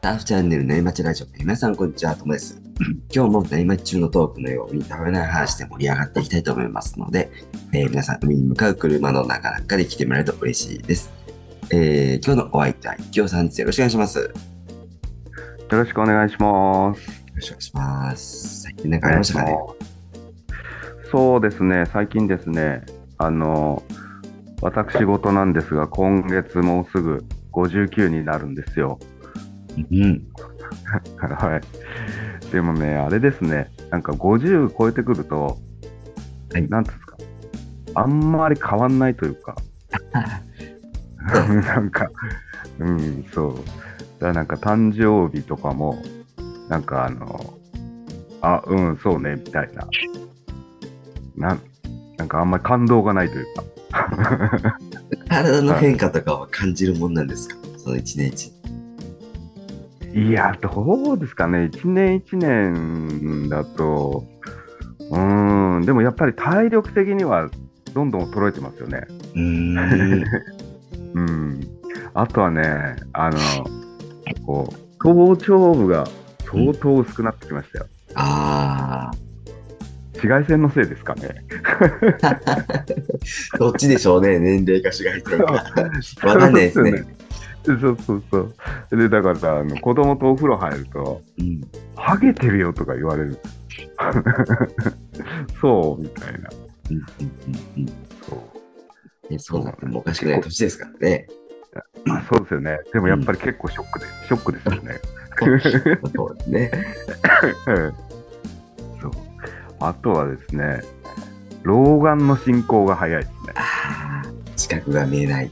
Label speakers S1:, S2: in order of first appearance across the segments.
S1: ターフチャンネル内町ラジオ。皆さん、こんにちは。ともです。 今日も内町中のトークのように食べない話で盛り上がっていきたいと思いますので、えー皆さん、海に向かう車の中なんかで来てもらえると嬉しいです。えー今日のお相手は、きよさんです。よろしくお願いします。よ
S2: よろしくお願いします。
S1: ろしくお願いします。最近なんかありましたかね。
S2: そうですね、最近ですね、あの、私事なんですが、今月もうすぐ59になるんですよ。
S1: うん。
S2: はい。でもね、あれですね、なんか50超えてくると、
S1: はい
S2: なんつうんですか、あんまり変わんないというか、 なんか、うん、そう。だからなんか誕生日とかも、なんかあの、あ、うん、そうね、みたいな。なんなんかあんまり感動がないというか。
S1: 体の変化とかは感じるもんなんですかその一年一
S2: いや、どうですかね、一年一年だと、うーん、でもやっぱり体力的にはどんどん衰えてますよね。
S1: 年。うーん。
S2: うん。あとはね、あの、こう、頭頂部が相当薄くなってきましたよ。
S1: あ
S2: 紫外線のせいですかね。
S1: ー。どっちでしょうね。年齢か紫外線か。 わかんないですね。
S2: そうそうそう。で、だから、あの子供とお風呂入ると、
S1: うん。
S2: ハゲてるよとか言われる。 そう、みたいな。
S1: うんうんうんうん
S2: そう
S1: ねそうなってもおかしくない年ですから ね。
S2: あそうですよね。でもやっぱり結構ショックで、ショックですよね。
S1: そうですね。
S2: そう。あとはですね、老眼の進行が早いですね。
S1: ああ、近くが見えない。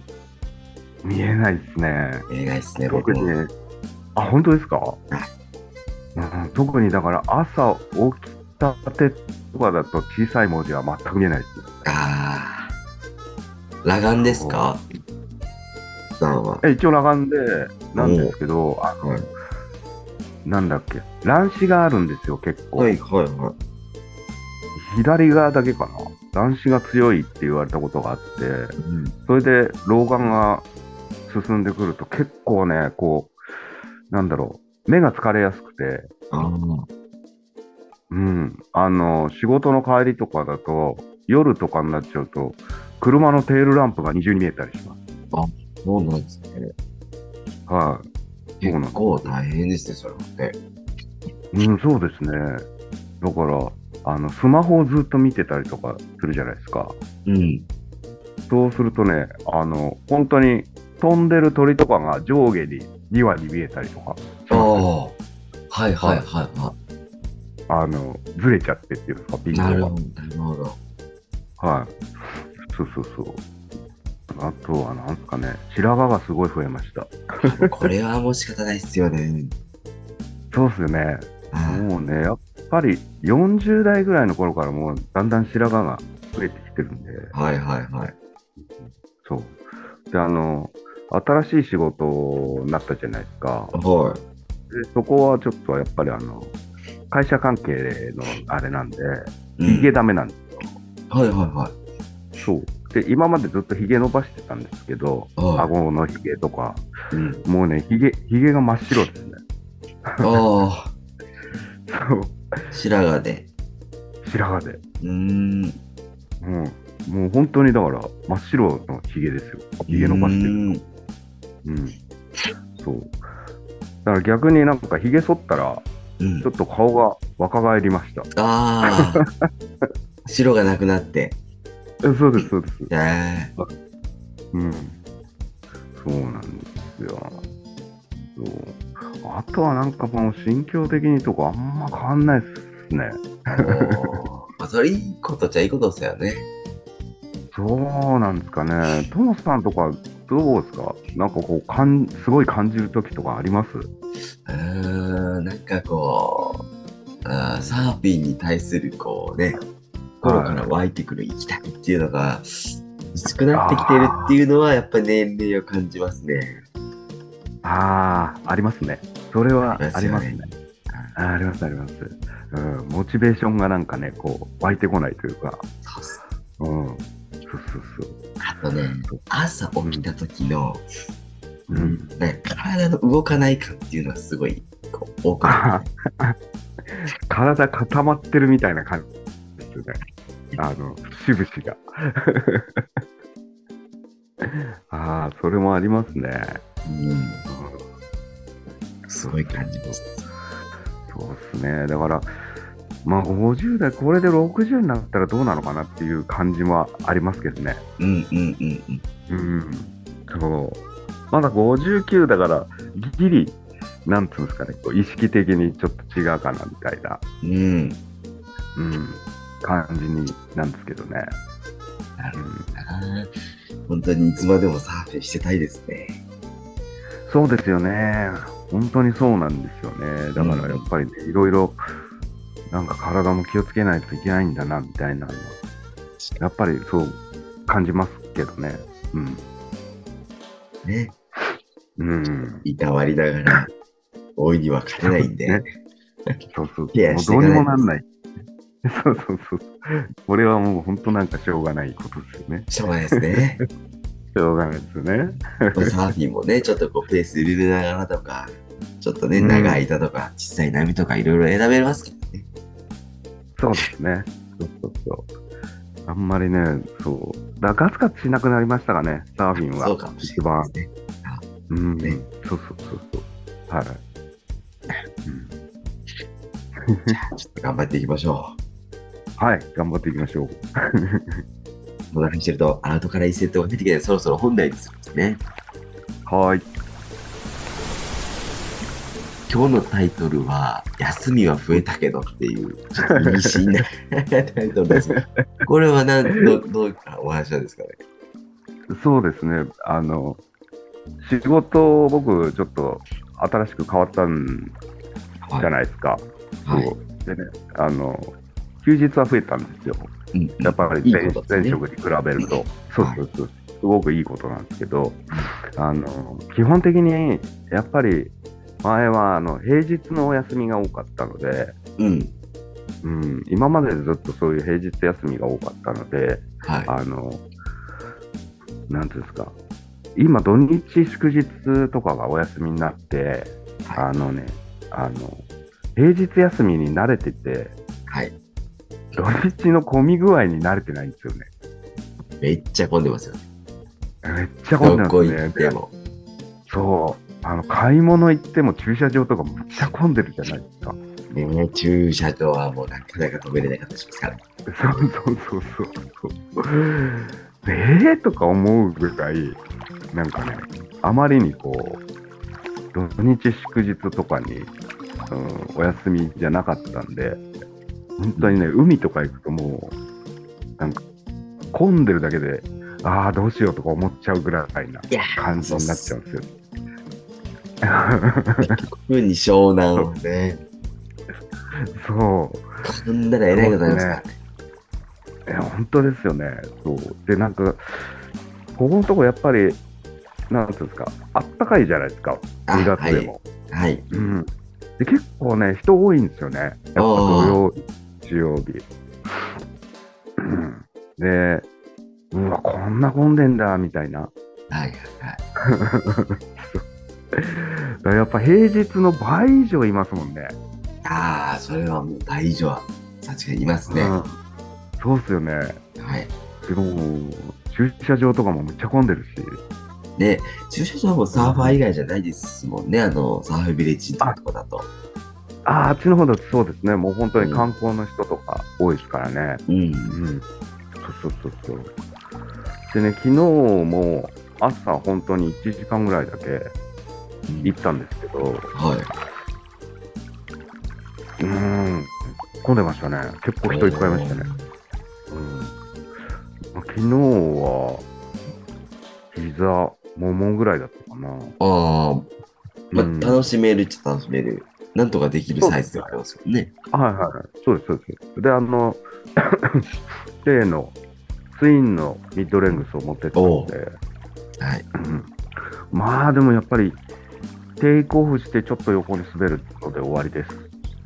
S2: 見えないですね。
S1: 見えないですね、僕
S2: 特に
S1: も。
S2: ね、あ、本当ですか、うん、特にだから朝起きたてとかだと小さい文字は全く見えないですね。
S1: ああ。裸眼ですかさんは。
S2: え一応裸眼でなんですけど、あの
S1: はい
S2: なんだっけ、乱視があるんですよ、結構。
S1: はいはいは
S2: 左側だけかな。乱視が強いって言われたことがあって
S1: い。、うん
S2: それで老眼が進んでくると結構ね、こう、なんだろう、目が疲れやすくて、
S1: あー
S2: うん、あの仕事の帰りとかだと夜とかになっちゃうと車のテールランプが二重に見えたりします。
S1: そうなんですね。
S2: はい、そうなんです
S1: 結構大変ですね、それはね。
S2: うん、そうですね。だからあのスマホをずっと見てたりとかするじゃないですか。
S1: うん。
S2: そうするとね、あの本当に飛んでる鳥とかが上下に2羽に見えたりとか、
S1: ああ。はいはいはいは
S2: あのずれちゃってっていうんですか、ピ
S1: い。
S2: ン
S1: な
S2: ク
S1: る
S2: が
S1: ほ。ど、なるほど。
S2: はい。そうそうそう。あとはなんですかね、白髪がすごい増えました。
S1: これはもう仕方ないっすよね。
S2: そうっすよね。
S1: はい
S2: もうね、やっぱり40代ぐらいの頃からもうだんだん白髪が増えてきてるんで、
S1: はいはいはい。
S2: そう。で、あの、新しい仕事になったじゃないですか。
S1: はい。
S2: でそこはちょっとやっぱりあの、会社関係のあれなんで、
S1: うん
S2: ヒゲダメなんで
S1: はいはいはい。
S2: す。そう。で、今までずっとヒゲ伸ばしてたんですけど、
S1: は
S2: 顎のヒゲとか、
S1: い。うん、
S2: もうね、ヒゲ、ヒゲが真っ白ですね。
S1: あ
S2: そう。
S1: あ、白髪で。
S2: 白髪で。
S1: うーん。
S2: うん。もう本当にだから、真っ白のヒゲですよ。ヒゲ伸ばしてる。
S1: る。
S2: うん、そう。だから逆になんかひげ剃ったら、
S1: うん
S2: ちょっ。と顔が若返りました。
S1: ああ。 白がなくなって。
S2: えそうです、そうです。
S1: ええ
S2: うん。そうなんですよ。そうあとはなんかもう心境的にとかあんま変わんないっすね。
S1: おーまあそれいいことじゃいいことですよね。
S2: そうなんですかね。トモスさんとかどうですかなんかこうかん、すごい感じる時とかあります
S1: うーん、なんかこう、あーサーフィンに対するこうね、心から湧いてくる行きたいっていうのが、薄くなってきてるっていうのは、やっぱ年齢を感じますね。
S2: ああ、ありますね。それは
S1: あ
S2: あ
S1: り
S2: り
S1: ま
S2: ますす
S1: よ
S2: ね
S1: ね。
S2: あーあります、あります、うん。モチベーションがなんかね、こう、湧いてこないというか、
S1: そうっす
S2: うん。そうそうそう。
S1: あとね、朝起きた時の、
S2: うん。
S1: なんか体の動かない感っていうのはすごいこう多くな
S2: あ 体固まってるみたいな感じですね。あの、節々が。 ああ、それもありますね。
S1: る、うん、すごい感じます。
S2: そうですね。だから、まあ50代、これで60になったらどうなのかなっていう感じはありますけどね。
S1: うんうんうんうん。
S2: うん。そう。まだ59だから、ギリ、なんつうんですかね、こう意識的にちょっと違うかなみたいな、
S1: うん。
S2: うん、感じになんですけどね。
S1: なる
S2: うん、
S1: あー本当にいつまでもサーフィンしてたいですね。
S2: そうですよね。本当にそうなんですよね。だからやっぱりね、いろいろ、なんか体も気をつけないといけないんだな、みたいなのはやっぱりそう感じますけどね。うん。
S1: ね。
S2: うん。
S1: いたわりながら、大いには勝てないんで。
S2: ねそうそう。もう
S1: ケアしてい
S2: ど
S1: か
S2: う
S1: ない
S2: に
S1: と
S2: もなんない。 そうそうそう。これはもう本当なんかしょうがないことですよね。
S1: しょうがないです ね。
S2: しょうがないですよね。
S1: まあサーフィンもね、ちょっとこうペース緩めながらとか、ちょっとね、
S2: うん
S1: 長い板とか、小さい波とかいろいろ選べますからね。
S2: そうですね。そうそうそう。あんまりね、そう。だからガツガツしなくなりましたかね、サーフィンは。
S1: そうかもしれないですね。
S2: うん、
S1: ね
S2: そうそうそうそう。はい。うん
S1: ちょっと頑張っていきましょ
S2: はい、頑張っていきましょう。
S1: う。こんな感じしてると、アウトから一セットが出てきて、そろそろ本題にするんですね。
S2: はーい。
S1: 今日のタイトルは、休みは増えたけどっていう、ちょっと意味深 なタイトルですね。これはなんどどういったお話なんですかね。
S2: そうですね。あの、仕事、僕、ちょっと新しく変わったんじゃ
S1: い。
S2: ないですか。
S1: はい
S2: そう。でね、あの、休日は増えたんですよ。
S1: うん
S2: やっぱり
S1: いい
S2: 前
S1: ことですね
S2: 前職に比べると。そうそうそう。すごくいいことなんですけど、あの、基本的に、やっぱり、前はあの平日のお休みが多かったので、
S1: うん。
S2: うん、今までずっとそういう平日休みが多かったので、
S1: はい。
S2: あの、なんていうんですか、今、土日、祝日とかがお休みになって、
S1: は
S2: あのね、あの、平日休みに慣れてて、
S1: はい。
S2: 土日の混み具合に慣れてないんですよね。
S1: めっちゃ混んでますよね。
S2: めっちゃ混んで
S1: ど
S2: ま
S1: こ
S2: す
S1: 行
S2: ね
S1: っ。て
S2: で
S1: も。
S2: そう。あの、買い物行っても駐車場とかめっちゃ混んでるじゃないですか。
S1: ね、駐車場はもうなかなか止めれなかったりしますから。
S2: そうそうそうそうそう。えーとか思うぐらい、なんかね、あまりにこう、土日祝日とかに、うん、お休みじゃなかったんで、本当にね、海とか行くともう、なんか、混んでるだけで、ああ、どうしようとか思っちゃうぐらいない
S1: や
S2: 感じになっちゃうんですよ。
S1: 特に湘南はね、
S2: そう。
S1: こんだら偉いことになりますからね。
S2: いや本当ですよね。そうで、なんか、ここのとこやっぱり、なんていうんですか、あったかいじゃないですか、
S1: あ
S2: 2月でも。
S1: はい。
S2: うん、で結構ね、人多いんですよね、やっぱ土曜日、日曜日。うんで、うわ、こんな混んでんだみたいな、
S1: はい。はい。
S2: だからやっぱ平日の倍以上いますもんね。
S1: ああ、それはもう大丈夫は、確かにいますね。
S2: う
S1: は
S2: んそうっすよね、
S1: い。
S2: でも駐車場とかもめっちゃ混んでるし、
S1: で、駐車場もサーファー以外じゃないですもんね、あの、サーフビレッジのとこだと。
S2: あーあっちの方だとそうですね、もう本当に観光の人とか多いですからね。
S1: うん。
S2: うん、そうそうそうそう。でね、昨日も朝本当に1時間ぐらいだけ行ったんですけど、う
S1: はい。
S2: ーん、混んでましたね。結構人いっぱいいましたね。うん、昨日は、膝、ももぐらいだったかな。
S1: ああ、ま
S2: うん
S1: あ、楽しめるっちゃ楽しめる。なんとかできるサイズではありますよね。
S2: はいはいはい、そうです、そうです。で、あの、 例のツインのミッドレングスを持ってったので、
S1: はい
S2: うんまあでもやっぱり、テイクオフしてちょっと横に滑るので終わりです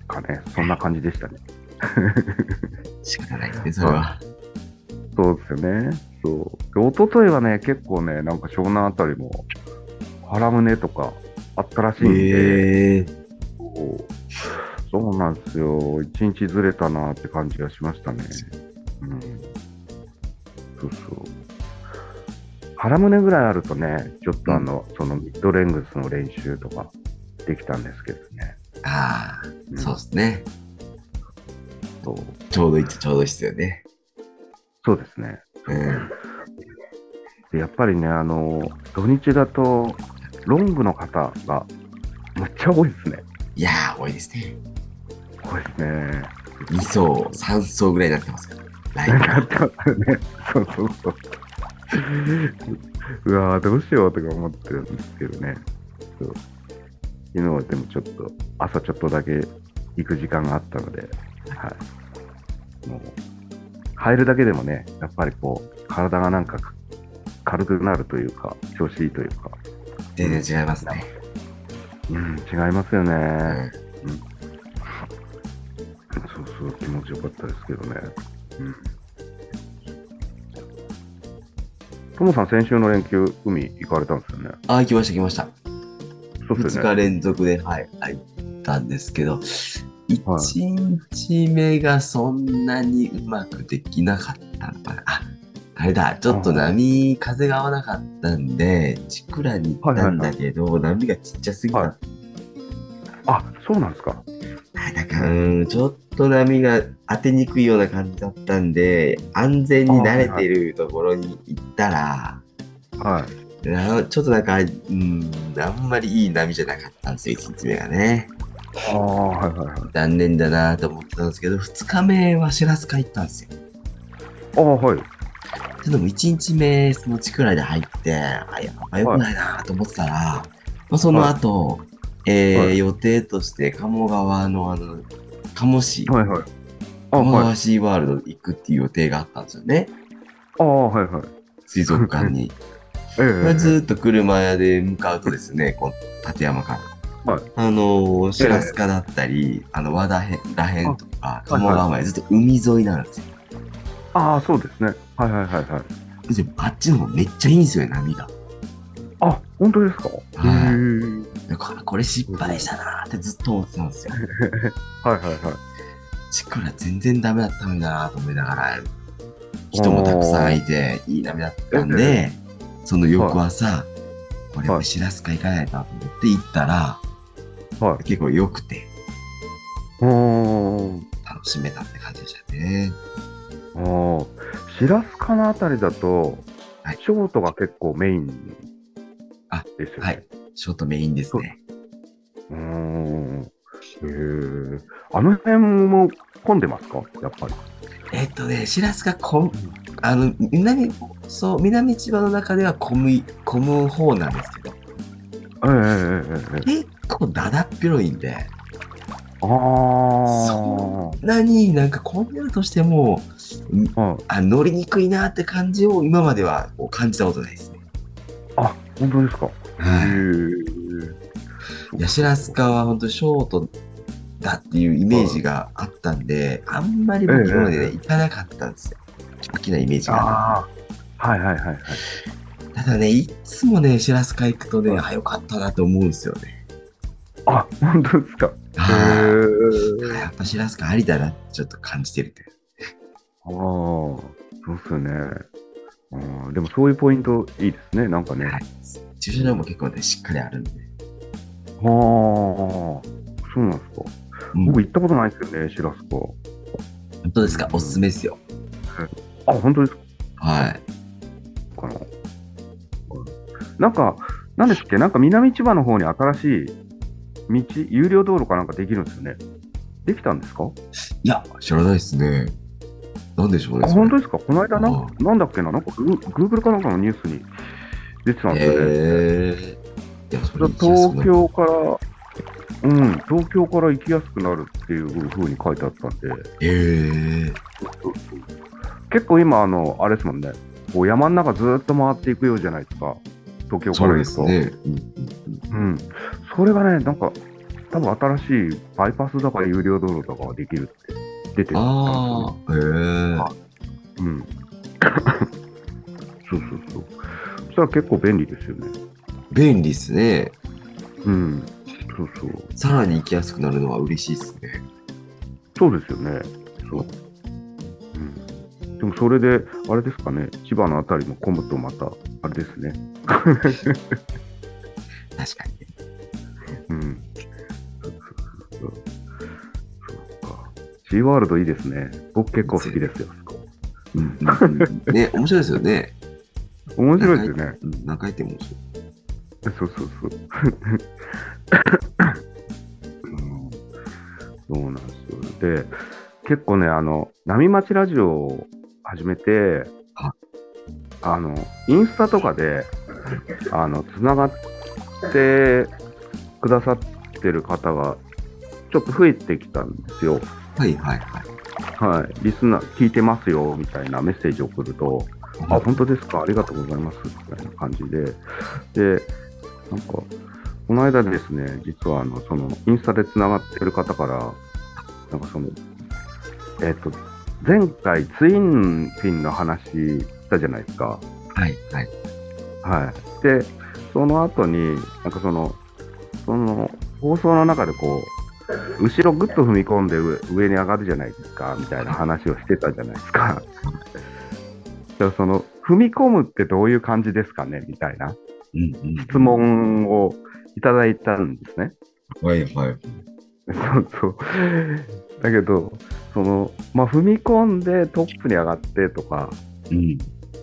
S2: かね、そんな感じでしたね。
S1: 仕方ないですね、それは。
S2: そうですよね。そうで一昨日はね、結構ね、なんか湘南あたりも、腹胸とかあったらしいんで、
S1: へえー、
S2: こうそうなんですよ、一日ずれたなって感じがしましたね。うん、そうそう腹胸ぐらいあるとね、ちょっとあの、そのミッドレングスの練習とかできたんですけどね。
S1: ああ、
S2: うん
S1: そうですね。
S2: そう
S1: ちょうどいいっちゃちょうどいいっすよね。
S2: そうですね。
S1: うん。
S2: でやっぱりね、あの土日だと、ロングの方がめっちゃ多いですね。
S1: いやー、多いですね。
S2: 多いですね。
S1: 2層、3層ぐらいになってますから。ライ
S2: なってますよね。 そうそうそう。うわーどうしようとか思ってるんですけどね。そう昨日はでもちょっと、朝ちょっとだけ行く時間があったので、はい。もう、入るだけでもね、やっぱりこう、体がなんか軽くなるというか、調子いいというか、
S1: ブ全然違いますね。
S2: うん、違いますよね。
S1: うん。
S2: そうそう、気持ちよかったですけどね。うん。ともさん、先週の連休、海行かれたんですよね。
S1: ああ、来ました、来ました。
S2: そうっす
S1: 2
S2: よね。
S1: 日連続で、はい、入ったんですけど、
S2: はい
S1: 1日目がそんなにうまくできなかったのかな。ああれだ、ちょっと波、風が合わなかったんで、ちくらに行ったんだけど、波がちっちゃすぎた。
S2: はいあ、そうなんですか。
S1: あだから、うん、ちょっと波が当てにくいような感じだったんで、安全に慣れてるところに行ったら、
S2: はい。
S1: なちょっとなんか、うん、あんまりいい波じゃなかったんですよ、1日目がね。
S2: ああ、はいはいはい。
S1: 残念だなと思ってたんですけど2日目は白須海行ったんですよ。
S2: ああ、はい。
S1: でも1日目その地くらいで入ってあやっぱ良くないなと思ってたら、まあ、その後、えー
S2: はい
S1: 予定として鴨川のあの鴨市、
S2: はいはい。あ
S1: 鴨
S2: はい。
S1: 川シーワールド行くっていう予定があったんですよね
S2: ああ、はいはい。
S1: 水族館 に。
S2: ええ
S1: これずっと車屋で向かうとですね、こう立山から。
S2: はい
S1: あのー、白須賀だったり、あの和田へらへんとか、鴨川までずっと海沿いなんですよ。
S2: ああ、そうですね。はいはいはいはい。
S1: であっちの方めっちゃいいんですよね、波が。
S2: あ、本当ですか。
S1: はい
S2: へえ
S1: だからこれ失敗したなーってずっと思ってたんですよ。
S2: はいはいはい。
S1: ちくら全然ダメだったのになーと思いながら、人もたくさんいて、いい波だったんで、その翌朝、これはしらすか行かないとなと思って行ったら、
S2: は
S1: 結構良くて
S2: い。うん。
S1: 楽しめたって感じでしたね。
S2: ああ、白須かなあたりだと、
S1: はい
S2: ショートが結構メイン
S1: あ
S2: ですよね。
S1: はい。ショートメインですね。
S2: うーん。へえ。あの辺も混んでますかやっぱり。
S1: えっとね、しらすがこん、あの、南、そう、南千葉の中では混む、混む方なんですけど、
S2: ええええええ。
S1: 結構だだっ広いんで、
S2: ああ。
S1: そ何なんかこんなるとしてもん
S2: はい。
S1: あ乗りにくいなって感じを今まではこう感じたことないですね。
S2: あ、本当ですか。へ
S1: は
S2: え。
S1: いやシラスカは本当ショートだっていうイメージがあったんで、あんまり僕今までね、
S2: ええ
S1: 行かなかったんですよ。好きなイメージが。
S2: ああ。はいはいはいはい。
S1: ただね、いつもね、シラスカ行くとね、
S2: はい
S1: あ、よかったなと思うんですよね。
S2: あ、本当ですか。へ
S1: はい
S2: え。
S1: やっぱシラスカありだなってちょっと感じてるって。
S2: ああ。そうっすよね。うん、でもそういうポイントいいですね。なんかね。
S1: はい駐車場も結構ね、しっかりあるんで。
S2: ああ、そうなんですか。
S1: うん、
S2: 僕
S1: 本
S2: 行ったことないですよね、シラスコ。
S1: 当ですかおすすめですよ。
S2: あ、本当です
S1: はい。
S2: かな。なんか、なんですっけ、なんか南千葉の方に新しい道、有料道路かなんかできるんですよね。できたんですか
S1: いや、知らないですね。なんでしょうね。
S2: あ、本当ですかこの間な
S1: うん
S2: ん、なんだっけな、なんかグーグーグルかなんかのニュースに出てたんですよね。
S1: えー、いや、それ
S2: 東京から、うん、東京から行きやすくなるっていうふうに書いてあったんで。
S1: えー、
S2: 結構今あの、あれですもんね、こう山の中ずーっと回っていくようじゃないですか、東京か
S1: そう
S2: ら
S1: で
S2: 行く
S1: す
S2: と。
S1: ね。うん
S2: うん、それがね、なんか、多分新しいバイパスだから有料道路とかができるって出てたんですよ
S1: あ
S2: ね。
S1: あ、えー
S2: あ、 うん、そうそうそう。そしたら結構便利ですよね。
S1: 便利ですね。
S2: うん。そうそう。
S1: さらに行きやすくなるのは嬉しいですね。
S2: そうですよね。そう。うん、でもそれで、あれですかね、千葉のあたりも混むとまた、あれですね。
S1: 確かに。
S2: うん。そうそうそうそうか。シーワールドいいですね。僕結構好きですよ。うん、
S1: うんね、面白いですよね。
S2: 面白いですよね。
S1: うん、何回言っても面白い。
S2: そう そうそう。うんそうなんですよ。で、結構ね、あの、波町ラジオを始めて
S1: は、
S2: あの、インスタとかで、あの、つながってくださってる方が、ちょっと増えてきたんですよ。
S1: はいはいはい。
S2: はい。リスナー、聞いてますよ、みたいなメッセージを送ると、あ、本当ですか、ありがとうございますみたいな感じで、で、なんか、この間ですね、実はあのそのインスタでつながってる方から、なんかその、えっ、と、前回ツインフィンの話したじゃないですか。
S1: はいはい。
S2: はい。で、その後に、なんかその、その放送の中でこう、後ろぐっと踏み込んで上上に上がるじゃないですか、みたいな話をしてたじゃないですか。じゃあその、踏み込むってどういう感じですかねみたいな
S1: うんうん、
S2: 質問をいただいたんですね。
S1: はいはい。
S2: そうそう。だけど、その、まあ踏み込んでトップに上がってとか、
S1: うん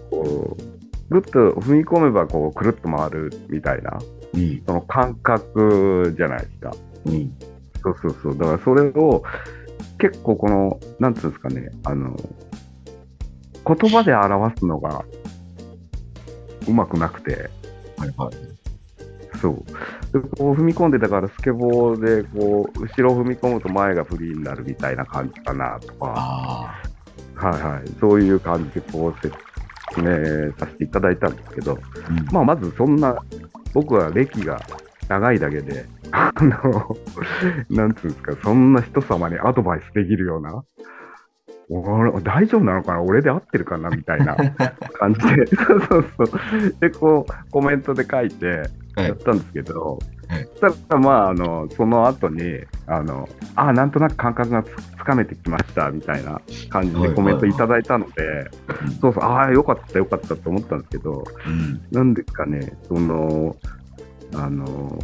S2: こう、ぐっと踏み込めばこう、くるっと回るみたいな。
S1: うん
S2: その感覚じゃないですか。
S1: うん。
S2: そうそうそう。だからそれを結構この、なんていうんですかね、あの、言葉で表すのがうまくなくて、
S1: はいはい。
S2: そう。で、こう踏み込んでたからスケボーで、こう、後ろ踏み込むと前がフリーになるみたいな感じかなとか、
S1: あ
S2: はいはい。そういう感じでこう説明させていただいたんですけど、
S1: あ、うん
S2: まあ、まずそんな、僕は歴が長いだけで、あの、なんつうんですか、そんな人様にアドバイスできるような、俺大丈夫なのかな俺で合ってるかなみたいな感じで、そうそうそう。で、こう、コメントで書いて、
S1: はい
S2: やったんですけど、
S1: はい
S2: そしたら、まあ、あの、その後に、あの、あ、なんとなく感覚がつつかめてきました、みたいな感じでコメントいただいたので、そうそう、ああ、よかった、よかったと思ったんですけど、
S1: うん
S2: なんですかね、その、あの、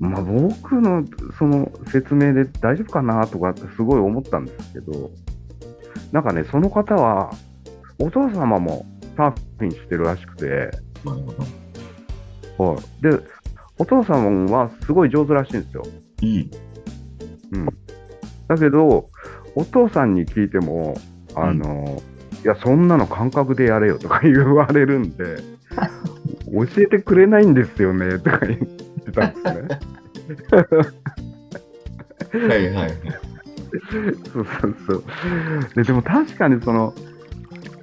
S2: まあ、僕のその説明で大丈夫かなとかってすごい思ったんですけど、なんかね、その方は、お父様もサーフィンしてるらしくて、
S1: まあまあまあ
S2: はい、で、お父様はすごい上手らしいんですよ。
S1: うん
S2: だけど、お父さんに聞いても、あの、いや、そんなの感覚でやれよとか言われるんで、教えてくれないんですよねとか言ってたんですね。
S1: はいはいはい。
S2: そうそうそう。ででも確かにその、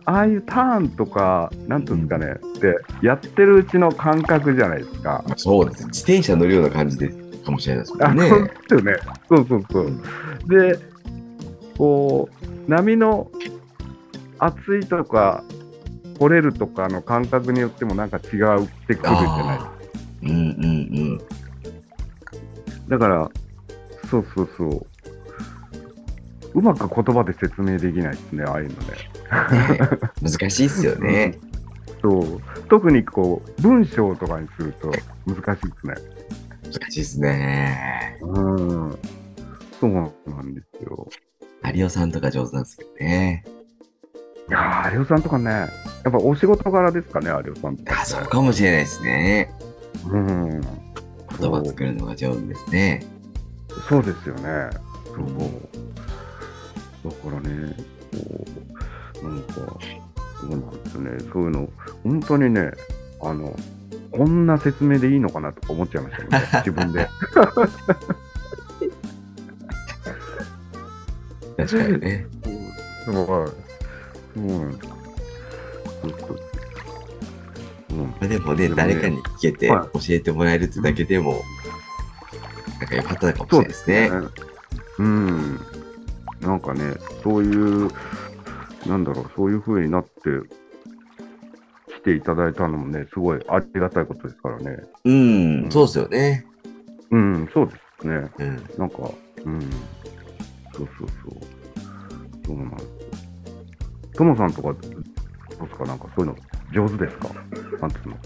S2: ああいうターンとか、なんていうんですかね、ってやってるうちの感覚じゃないですか。
S1: まあそうですね。自転車乗るような感じでかもしれないですも
S2: あ
S1: んね。
S2: そうですよね。そうそうそう。で、こう、波の熱いとか、掘れるとかの感覚によってもなんか違うってくるじゃない
S1: あーうんうんうん。
S2: だから、そうそうそう。うまく言葉で説明できないですね、ああいうのね。
S1: ね 難しいっすよね。
S2: そう。特にこう、文章とかにすると難しいですね。
S1: 難しいっすね。
S2: うん。そうなんですよ。
S1: 有オさんとか上手なんですけどね。
S2: いやー、有吉さんとかね、やっぱお仕事柄ですかね、有吉さんとか。
S1: あ、そうかもしれないですね。
S2: うん。
S1: 言葉作るのが上手ですね。
S2: そうですよね。そう。だからね、こう、なんか、そうなんですね。そういうの、本当にね、あの、こんな説明でいいのかなとか思っちゃいました もんね、自分で。
S1: 確かにね。
S2: そうはいそうなんです。そうそううん。
S1: まあでもね、
S2: でもね
S1: 誰かに聞けて
S2: は
S1: 教えてもらえるってだけでも、なんか良かったのかもしれないですね。
S2: うん。なんかね、そういう、なんだろう、そういう風になって来ていただいたのもね、すごいありがたいことですからね。
S1: うん、
S2: うん
S1: そうですよね。
S2: うん、そうですね。
S1: うん。
S2: なんか、うん、そうそうそう。そうなんですよ。ともさんとか、どうですか、なんかそういうの上手ですかなんつうの、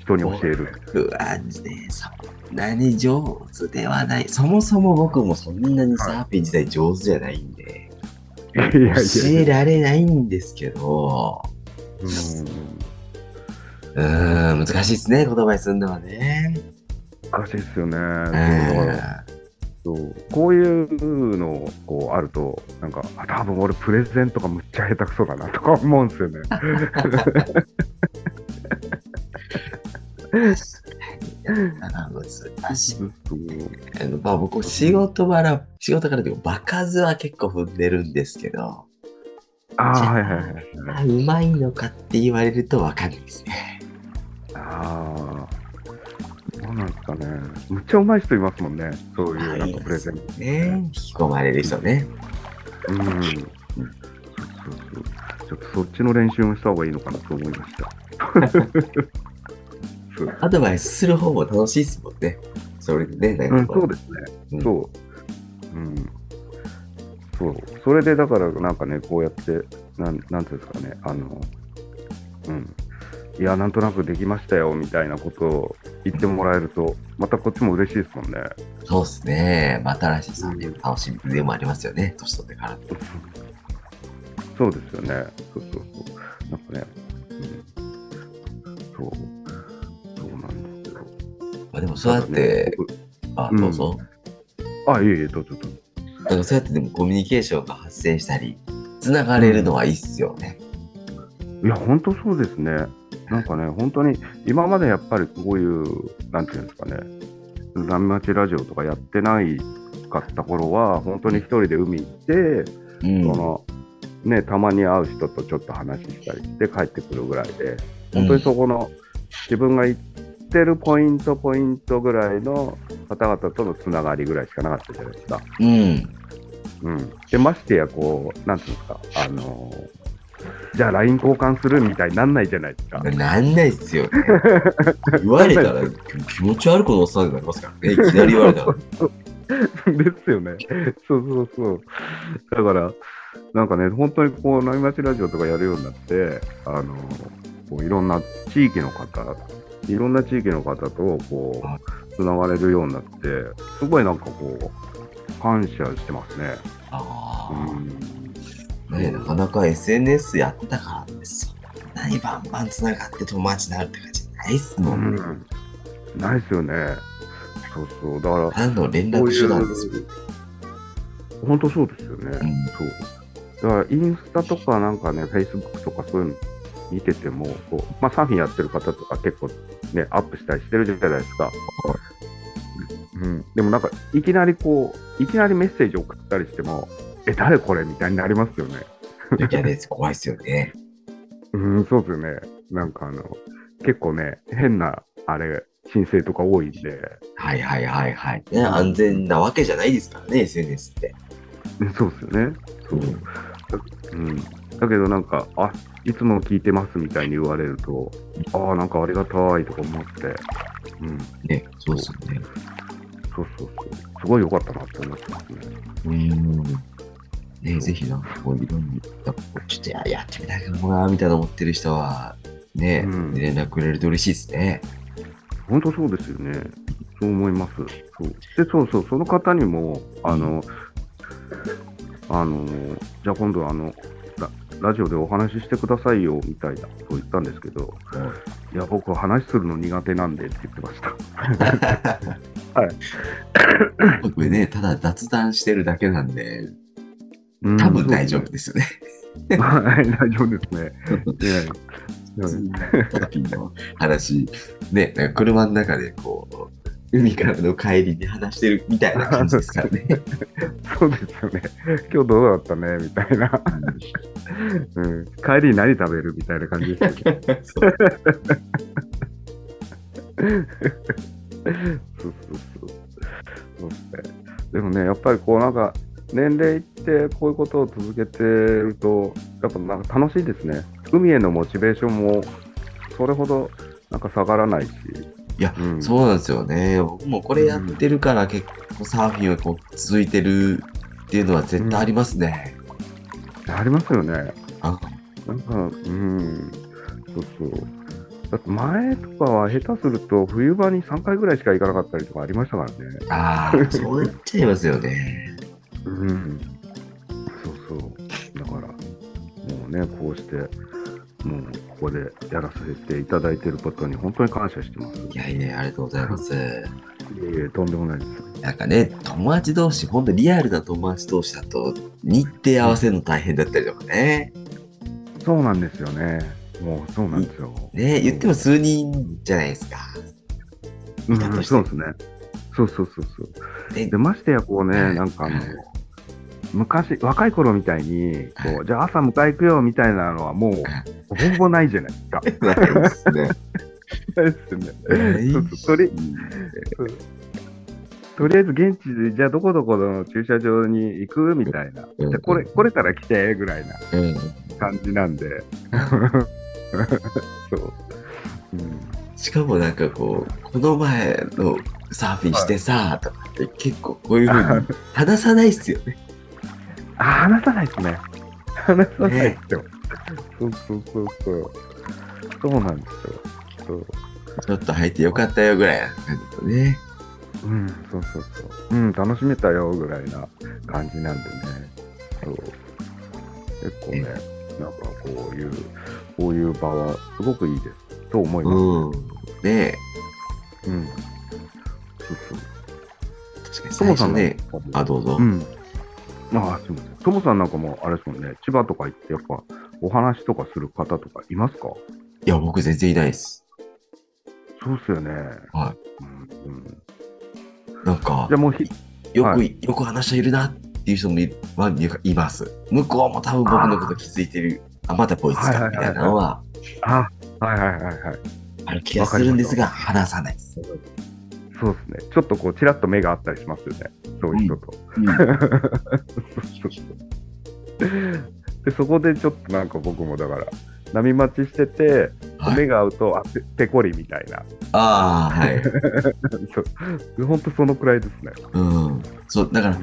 S2: 人に教える。
S1: うわ、ね、そんなに上手ではない。そもそも僕もそんなにサーフィン自体上手じゃないんで、
S2: いやいや
S1: 教えられないんですけど、
S2: うん
S1: うーん、難しいですね、言葉にすんのはね。
S2: 難しいですよね。そう
S1: う
S2: だから
S1: ん。
S2: そうこういうのこうあると、なんか、あ多分俺、プレゼントがむっちゃ下手くそだなとか思うんですよね。
S1: だから難しい。
S2: そう
S1: あのまあ、僕、仕事柄、仕事柄でも、場数は結構踏んでるんですけど、
S2: ああ、はいはいはい。
S1: あうまいのかって言われるとわかんないですね。
S2: ああ、そうなんですかね。むっちゃうまい人いますもんね。そういうなんかプレゼント。
S1: ね引き込まれる人ね。
S2: うん。そうそうそう。ちょっとそっちの練習もした方がいいのかなと思いました。 そう
S1: アドバイスする方も楽しいですもんね。それでね、
S2: う、
S1: なんんかこ
S2: そう
S1: う、
S2: ですね。そう。うん。そう。それでだからなんかね、こうやって、なんなんていうんですかね、あの、うん。いや、なんとなくできましたよみたいなことを言ってもらえると、またこっちも嬉しいですもんね。
S1: そうですね。まあ、新しい3年の楽しみでもありますよね。年取ってから。
S2: そうですよね。そうそうそう。なんかね、うん、そう、そうなんですよ。
S1: まあ、でも、そうやって、
S2: 僕
S1: あ、
S2: うん
S1: どうぞ。
S2: あ、いえいえ、どうぞどうぞ。
S1: だからそうやってでもコミュニケーションが発生したり、つながれるのはいいっすよね。
S2: いや、本当そうですね。なんかね、本当に、今までやっぱりこういう、なんていうんですかね、波町ラジオとかやってないかった頃は、本当に一人で海行って、
S1: うん。
S2: その、ね、たまに会う人とちょっと話したりして帰ってくるぐらいで、本当にそこの自分が行ってるポイントポイントぐらいの方々とのつながりぐらいしかなかったじゃないですか。
S1: うん。うん。
S2: うん、でましてやこうなんていうんですかあのーじゃあ LINE 交換するみたいになんないじゃないですか。
S1: なんないっすよね。言われたら気持ち悪くのおっさんになりますからね。いきなり言われたら。
S2: ですよね。そうそうそう。だから、なんかね、本当にこう、波町ラジオとかやるようになって、あの、こういろんな地域の方、いろんな地域の方と、こ
S1: は
S2: う、つながれるようになって、すごいなんかこう、感謝してますね。
S1: あ
S2: う
S1: あ。
S2: ん。
S1: ね、なかなか SNS やってたからってそんなにバンバンつながって友達になるって感じじゃないっすも、
S2: うんん。ないですよね。そうそう。だから、
S1: 何の連絡手段ですもん
S2: 本当そうですよね。そう。だからインスタとかなんかね、フェイスブックとかそういうの見てても、こうまあ、サーフィンやってる方とか結構ね、アップしたりしてるじゃないですか。うん、でもなんか、いきなりこう、いきなりメッセージ送ったりしても、え、誰これみたいになりますよね。
S1: うん、いやね怖いっすよね
S2: うん、そうですよね。なんかあの、結構ね、変な、あれ、申請とか多いんで、
S1: はいはいはいはい、ね、安全なわけじゃないですからね SNS って
S2: うんそうですよね。そう。うん、だけどなんか、あいつも聞いてますみたいに言われると、ああ、なんかありがたいとか思って、うん、
S1: ねそうっすよね
S2: そうそうそう、すごい良かったなって思ってますね。
S1: うんねぜひなんかこういろんなちょっとややってみたいかもなみたいな思ってる人はね、
S2: うん
S1: 連絡くれると嬉しいですね
S2: 本当そうですよね。そう思います。そうで、そうそう、その方にも、あの、あの、じゃあ今度あの、ララジオでお話ししてくださいよみたいなこと言ったんですけど、いや、僕、話するの苦手なんでって言ってました。
S1: 僕ねただ雑談してるだけなんで
S2: うん
S1: 多分大丈。
S2: そ
S1: 夫ですよね
S2: うですねはい、大丈夫で すね。ね
S1: 普通の時の話、 ね、なんか車の中でこう、海からの帰りに話してるみたいな感じですからね。
S2: そうですよね。今日どうだったねみたいな、うん。帰り何食べるみたいな感じですよね。
S1: そう
S2: そうそうそう。そうですね。でもね、やっぱりこうなんか、年齢いってこういうことを続けてると、やっぱなんか楽しいですね。海へのモチベーションもそれほどなんか下がらないし。
S1: いや
S2: うん
S1: そうなんですよね。僕もこれやってるから結構サーフィンはこう続いてるっていうのは絶対ありますね。
S2: ありますよね。
S1: あ
S2: なんか、うん、そうそう。だって前とかは下手すると冬場に3回ぐらいしか行かなかったりとかありましたからね。
S1: あー、そうなっちゃいますよね。
S2: うん。そうそう。だから、もうね、こうして、もうここでやらせていただいてることに本当に感謝してます。い
S1: いやいや、ありがとうございます。
S2: えいえ、とんでもないです。
S1: なんかね、友達同士、ほんとリアルな友達同士だと日程合わせるの大変だったりとかね。
S2: そうなんですよね。もうそうなんですよ。
S1: ね、言っても数人じゃないですか。
S2: うん、
S1: たとして
S2: そうですね。そうそうそうそう。
S1: で
S2: で、ましてや、こうね、
S1: はい
S2: なんかあの、昔、若い頃みたいに、こ
S1: は
S2: う、じゃあ朝迎え行くよみたいなのはもう、ほぼほぼないじゃないですか。
S1: ないです ね。
S2: ないですよね
S1: ない
S2: そうそうとりとりあえず現地で、じゃあどこどこの駐車場に行くみたいな。
S1: うん
S2: で、これ、来れたら来て、ぐらいな
S1: うん
S2: 感じなんで。 そう。うん
S1: しかもなんかこう、この前のサーフィンしてさ、とかって結構こういうふうに話さないっすよね。
S2: あ話さないですね。話さないっすよ。そうそうそうそう。そうなんですよ。そう。
S1: ちょっと入ってよかったよぐらいな感じとね。
S2: うん、そうそうそう。うん、楽しめたよぐらいな感じなんでね。そう。結構ね、なんかこういう、こういう場はすごくいいです。と思いま
S1: うん。ねえ
S2: す。うん。そうそう。
S1: 確かに
S2: と
S1: 最
S2: も
S1: 初
S2: さんなん
S1: ね
S2: か、も
S1: あ、どうぞ。
S2: うん。ああ、すみません。ともさんなんかも、あれですもんね、千葉とか行って、やっぱ、お話とかする方とかいますか
S1: いや、僕全然いないです。
S2: そうっすよね。
S1: は
S2: うんうん、じ
S1: なんか
S2: ゃあ、もうひ、
S1: よく、
S2: は
S1: よく話しているなっていう人もい,、まあ、います。向こうも多分僕のこと気づいてる。あまたこいつ
S2: はい
S1: か
S2: は
S1: み
S2: い
S1: た
S2: はいはい
S1: いなのは
S2: あ、はいはいはいはい。
S1: ある気がするんですが、話さないです。
S2: そうですね。ちょっとこう、ちらっと目があったりしますよね。そういう人と。そうそう で、そこでちょっとなんか僕もだから、波待ちしてて、
S1: はい
S2: 目が合うと、あペペコリみたいな。
S1: ああ、はい。
S2: そう本当そのくらいですね。
S1: うん。そう、だから、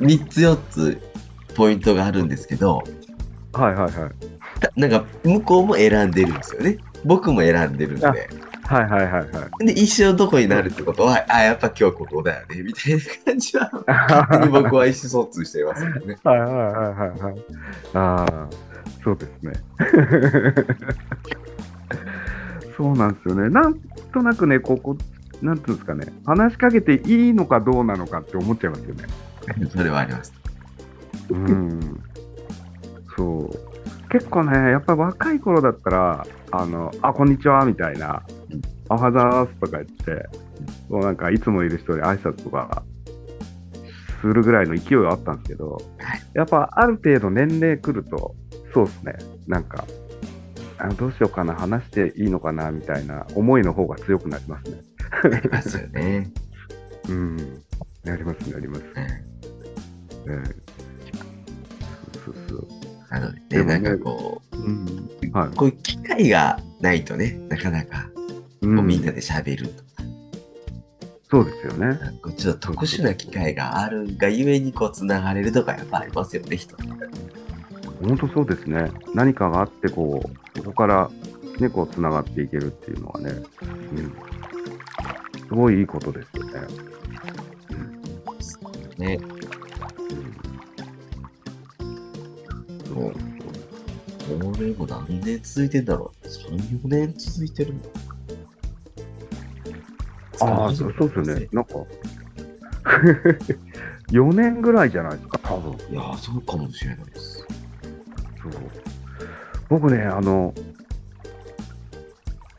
S1: 3つ4つポイントがあるんですけど、
S2: はいはいはい。
S1: たなんか、向こうも選んでるんですよね。僕も選んでるんで
S2: あ。はいはいはいはい。
S1: で、一生どこになるってことは、あ、やっぱ今日ここだよね、みたいな感じは、勝手に僕は意思疎通していますけどね。
S2: はいはいはいはいはい。ああ、そうですね。 そうなんですよね。なんとなくね、ここ、なんていうんですかね、話しかけていいのかどうなのかって思っちゃいますよね。
S1: それはあります。
S2: うん。そう。結構ね、やっぱり若い頃だったら、あの、あ、こんにちは、みたいな
S1: うん、
S2: おはざーすとか言って、もうなんか、いつもいる人で挨拶とかするぐらいの勢いはあったんですけど
S1: はい、
S2: やっぱある程度年齢来ると、そうですね、なんか、あどうしようかな、話していいのかな、みたいな思いの方が強くなりますね。
S1: ありますよね。
S2: うん。なります、なります。
S1: うん
S2: うん。そうそう
S1: なので
S2: で
S1: ね、
S2: もね
S1: なんかこ、。
S2: そう。うん。はいう
S1: こういう機会がないとね、なかなか
S2: う
S1: こうみんなで喋るとか、
S2: そうですよね。
S1: なんかちょっと特殊な機会があるがゆえにこうつながれるとかやっぱありますよね、人って
S2: 本当そうですね。何かがあって、こう、そこから、ね、こう、つながっていけるっていうのはね、うん、すごいいいことですよね。
S1: ね。
S2: うん、
S1: もうこれも何年続いてんだろう ?3、4年続いてるの
S2: ああ、そうそうですよね。。なんか、4年ぐらいじゃないですか、多分。
S1: いやー、そうかもしれないです。
S2: そう僕ね、あの、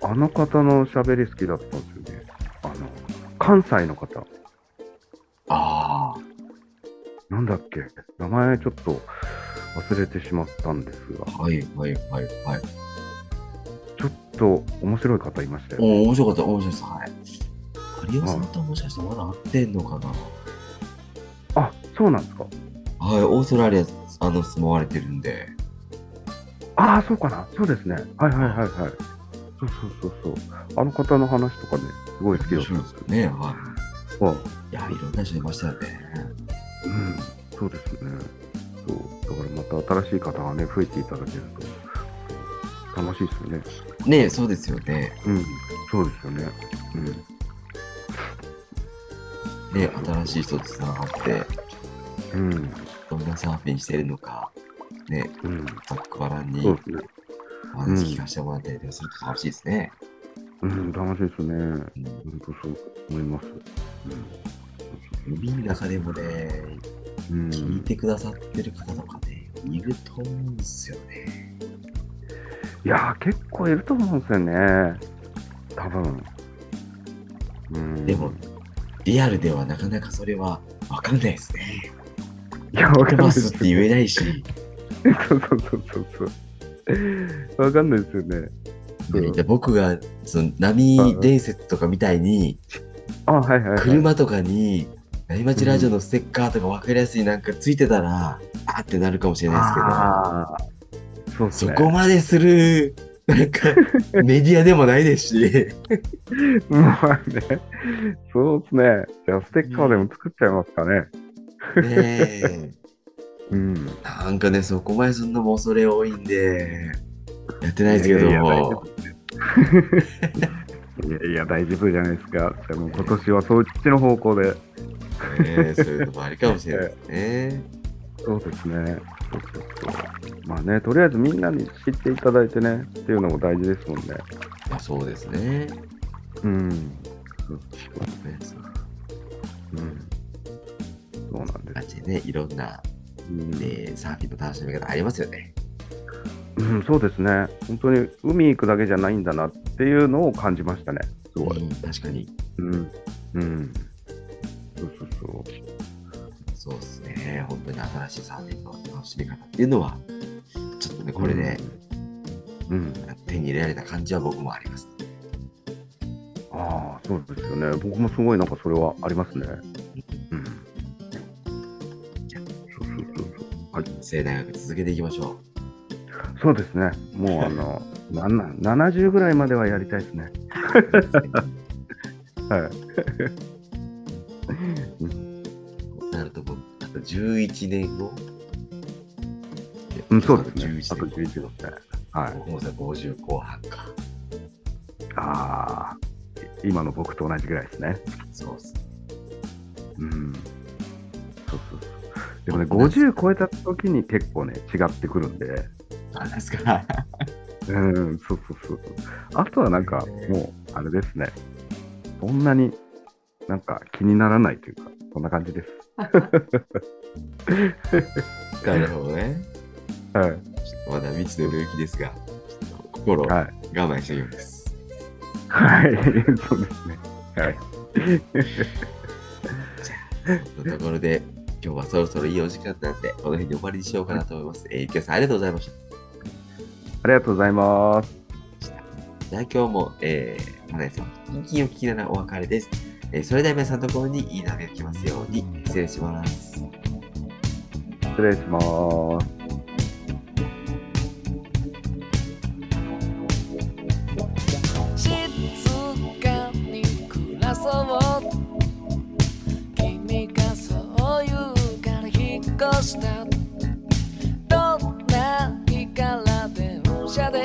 S2: あの方の喋り好きだったんですよね。あの、関西の方。
S1: ああ、
S2: なんだっけ名前ちょっと忘れてしまったんですが、
S1: はいはいはいはい。
S2: ちょっと面白い方いましたよ。
S1: おお、面白かった、面白いです。はい。有吉さんともしかしてまだ会ってんのかな
S2: あ、そうなんですか。
S1: はい、オーストラリア、あの、住まわれてるんで。
S2: ああ、そうかな。そうですね。はいはいはいはい。そうそうそうそう。あの方の話とかね、すごい好きだった。
S1: そうですよね。は
S2: は
S1: い。
S2: い
S1: いや、いろんな人いましたよね。
S2: うん、そうですね。そう、だからまた新しい方がね、増えていただけると、楽しいですよね。
S1: ねえ、そうですよね。
S2: うん、そうですよね。
S1: ねえ新しい人とつながって、
S2: うん、うん、
S1: どんなサーフィンしてるのか、ねえ、
S2: うん、
S1: ざっくばらんに
S2: そうですね。
S1: お話聞かせてもらったりとかすると楽しいですね。
S2: うん、楽しいですね。
S1: うん
S2: 本当そう思います。
S1: 海の中でもね、
S2: うん、うん、
S1: 聞いてくださってる方とかね、いると思うんですよね。
S2: いやー、結構いると思うんですよね。多分。うん、
S1: でも、リアルではなかなかそれは分かんないですね。
S2: いや、わ
S1: や
S2: か
S1: って
S2: んな
S1: ま
S2: いです
S1: すって言えないし、
S2: そうそうそうそうそう。わかんないですよね。そう
S1: いや僕がその波伝説とかみたいに、
S2: あ、はいはい、はい。
S1: 車とかに、なにまちラジオのステッカーとか分かりやすいなんかついてたら、あーってなるかもしれない
S2: あーそう
S1: で
S2: っ
S1: す
S2: す
S1: けど、
S2: ね。
S1: そこまでする、なんかメディアでもないですし、
S2: まあね。そうですね。じゃあ、ステッカーでも作っちゃいますかね。
S1: ねえ。
S2: うん。
S1: なんかね、そこまでそんなも恐れ多いんで、やってないですけど
S2: いやいや大丈
S1: も
S2: 夫、 いやいや、大丈夫じゃないですか。でも今年はそっちの方向で。
S1: ねえそういうのもありかもしれない ですね。
S2: そうですね。そうそうそうまあね、とりあえずみんなに知っていただいてね、っていうのも大事ですもんね。
S1: まあそうですね。
S2: うん。
S1: ねそんな
S2: うん。そうなんで
S1: 感じでね、いろんな、
S2: す。うん
S1: ね、サーフィンの楽しみ方ありますよね。
S2: うん、そうですね。本当に海行くだけじゃないんだなっていうのを感じましたね。すごい。
S1: うん確かに。
S2: うん。うん。そうそうそう。
S1: そうですね。本当に新しいサーフィンの楽しみ方っていうのは、ちょっとね、これで、
S2: うん。うん。
S1: 手に入れられた感じは僕もあります。
S2: ああ、そうですよね。僕もすごいなんかそれはありますね。うん。そうそうそうそう。
S1: 盛大学続けていきましょ
S2: そうですね。もうあ の、なんなん70ぐらいまではやりたいです ね。
S1: う。
S2: はい。
S1: なるともう、あと11年後。
S2: うん、そうですね。
S1: 11
S2: あと
S1: 年後
S2: 11ですね。はい。
S1: 僕もさ、50後半か。
S2: ああ、今の僕と同じぐらいですね。
S1: そうっす。
S2: うん。そうそうそう。でもね、50超えた時に結構ね、違ってくるんで。
S1: あ、なんですか。
S2: うん、そうそうそうそう。あとはなんか、もう、あれですね。そんなになんか気にならないというか、そんな感じです。
S1: なるほどね。
S2: は
S1: ち
S2: い。
S1: ょっとまだ未知の領域ですが、ちょっと心を我
S2: はい。
S1: 慢しておきます。
S2: はい。 そうですね。はい。
S1: というところで、今日はそろそろいいお時間なんで、この辺で終わりにしようかなと思います。えー、ゆきやさん、ありがとうございました。
S2: ありがとうございます。
S1: じゃあ今日も、えー、花井さん、キンキンを聞きながらお別れです。えー、それでは皆さんのところにいい波が来ますように、失礼します。
S2: 失礼します。
S3: 静かに暮らそう君がそう言うから引っ越したどんな日から電車で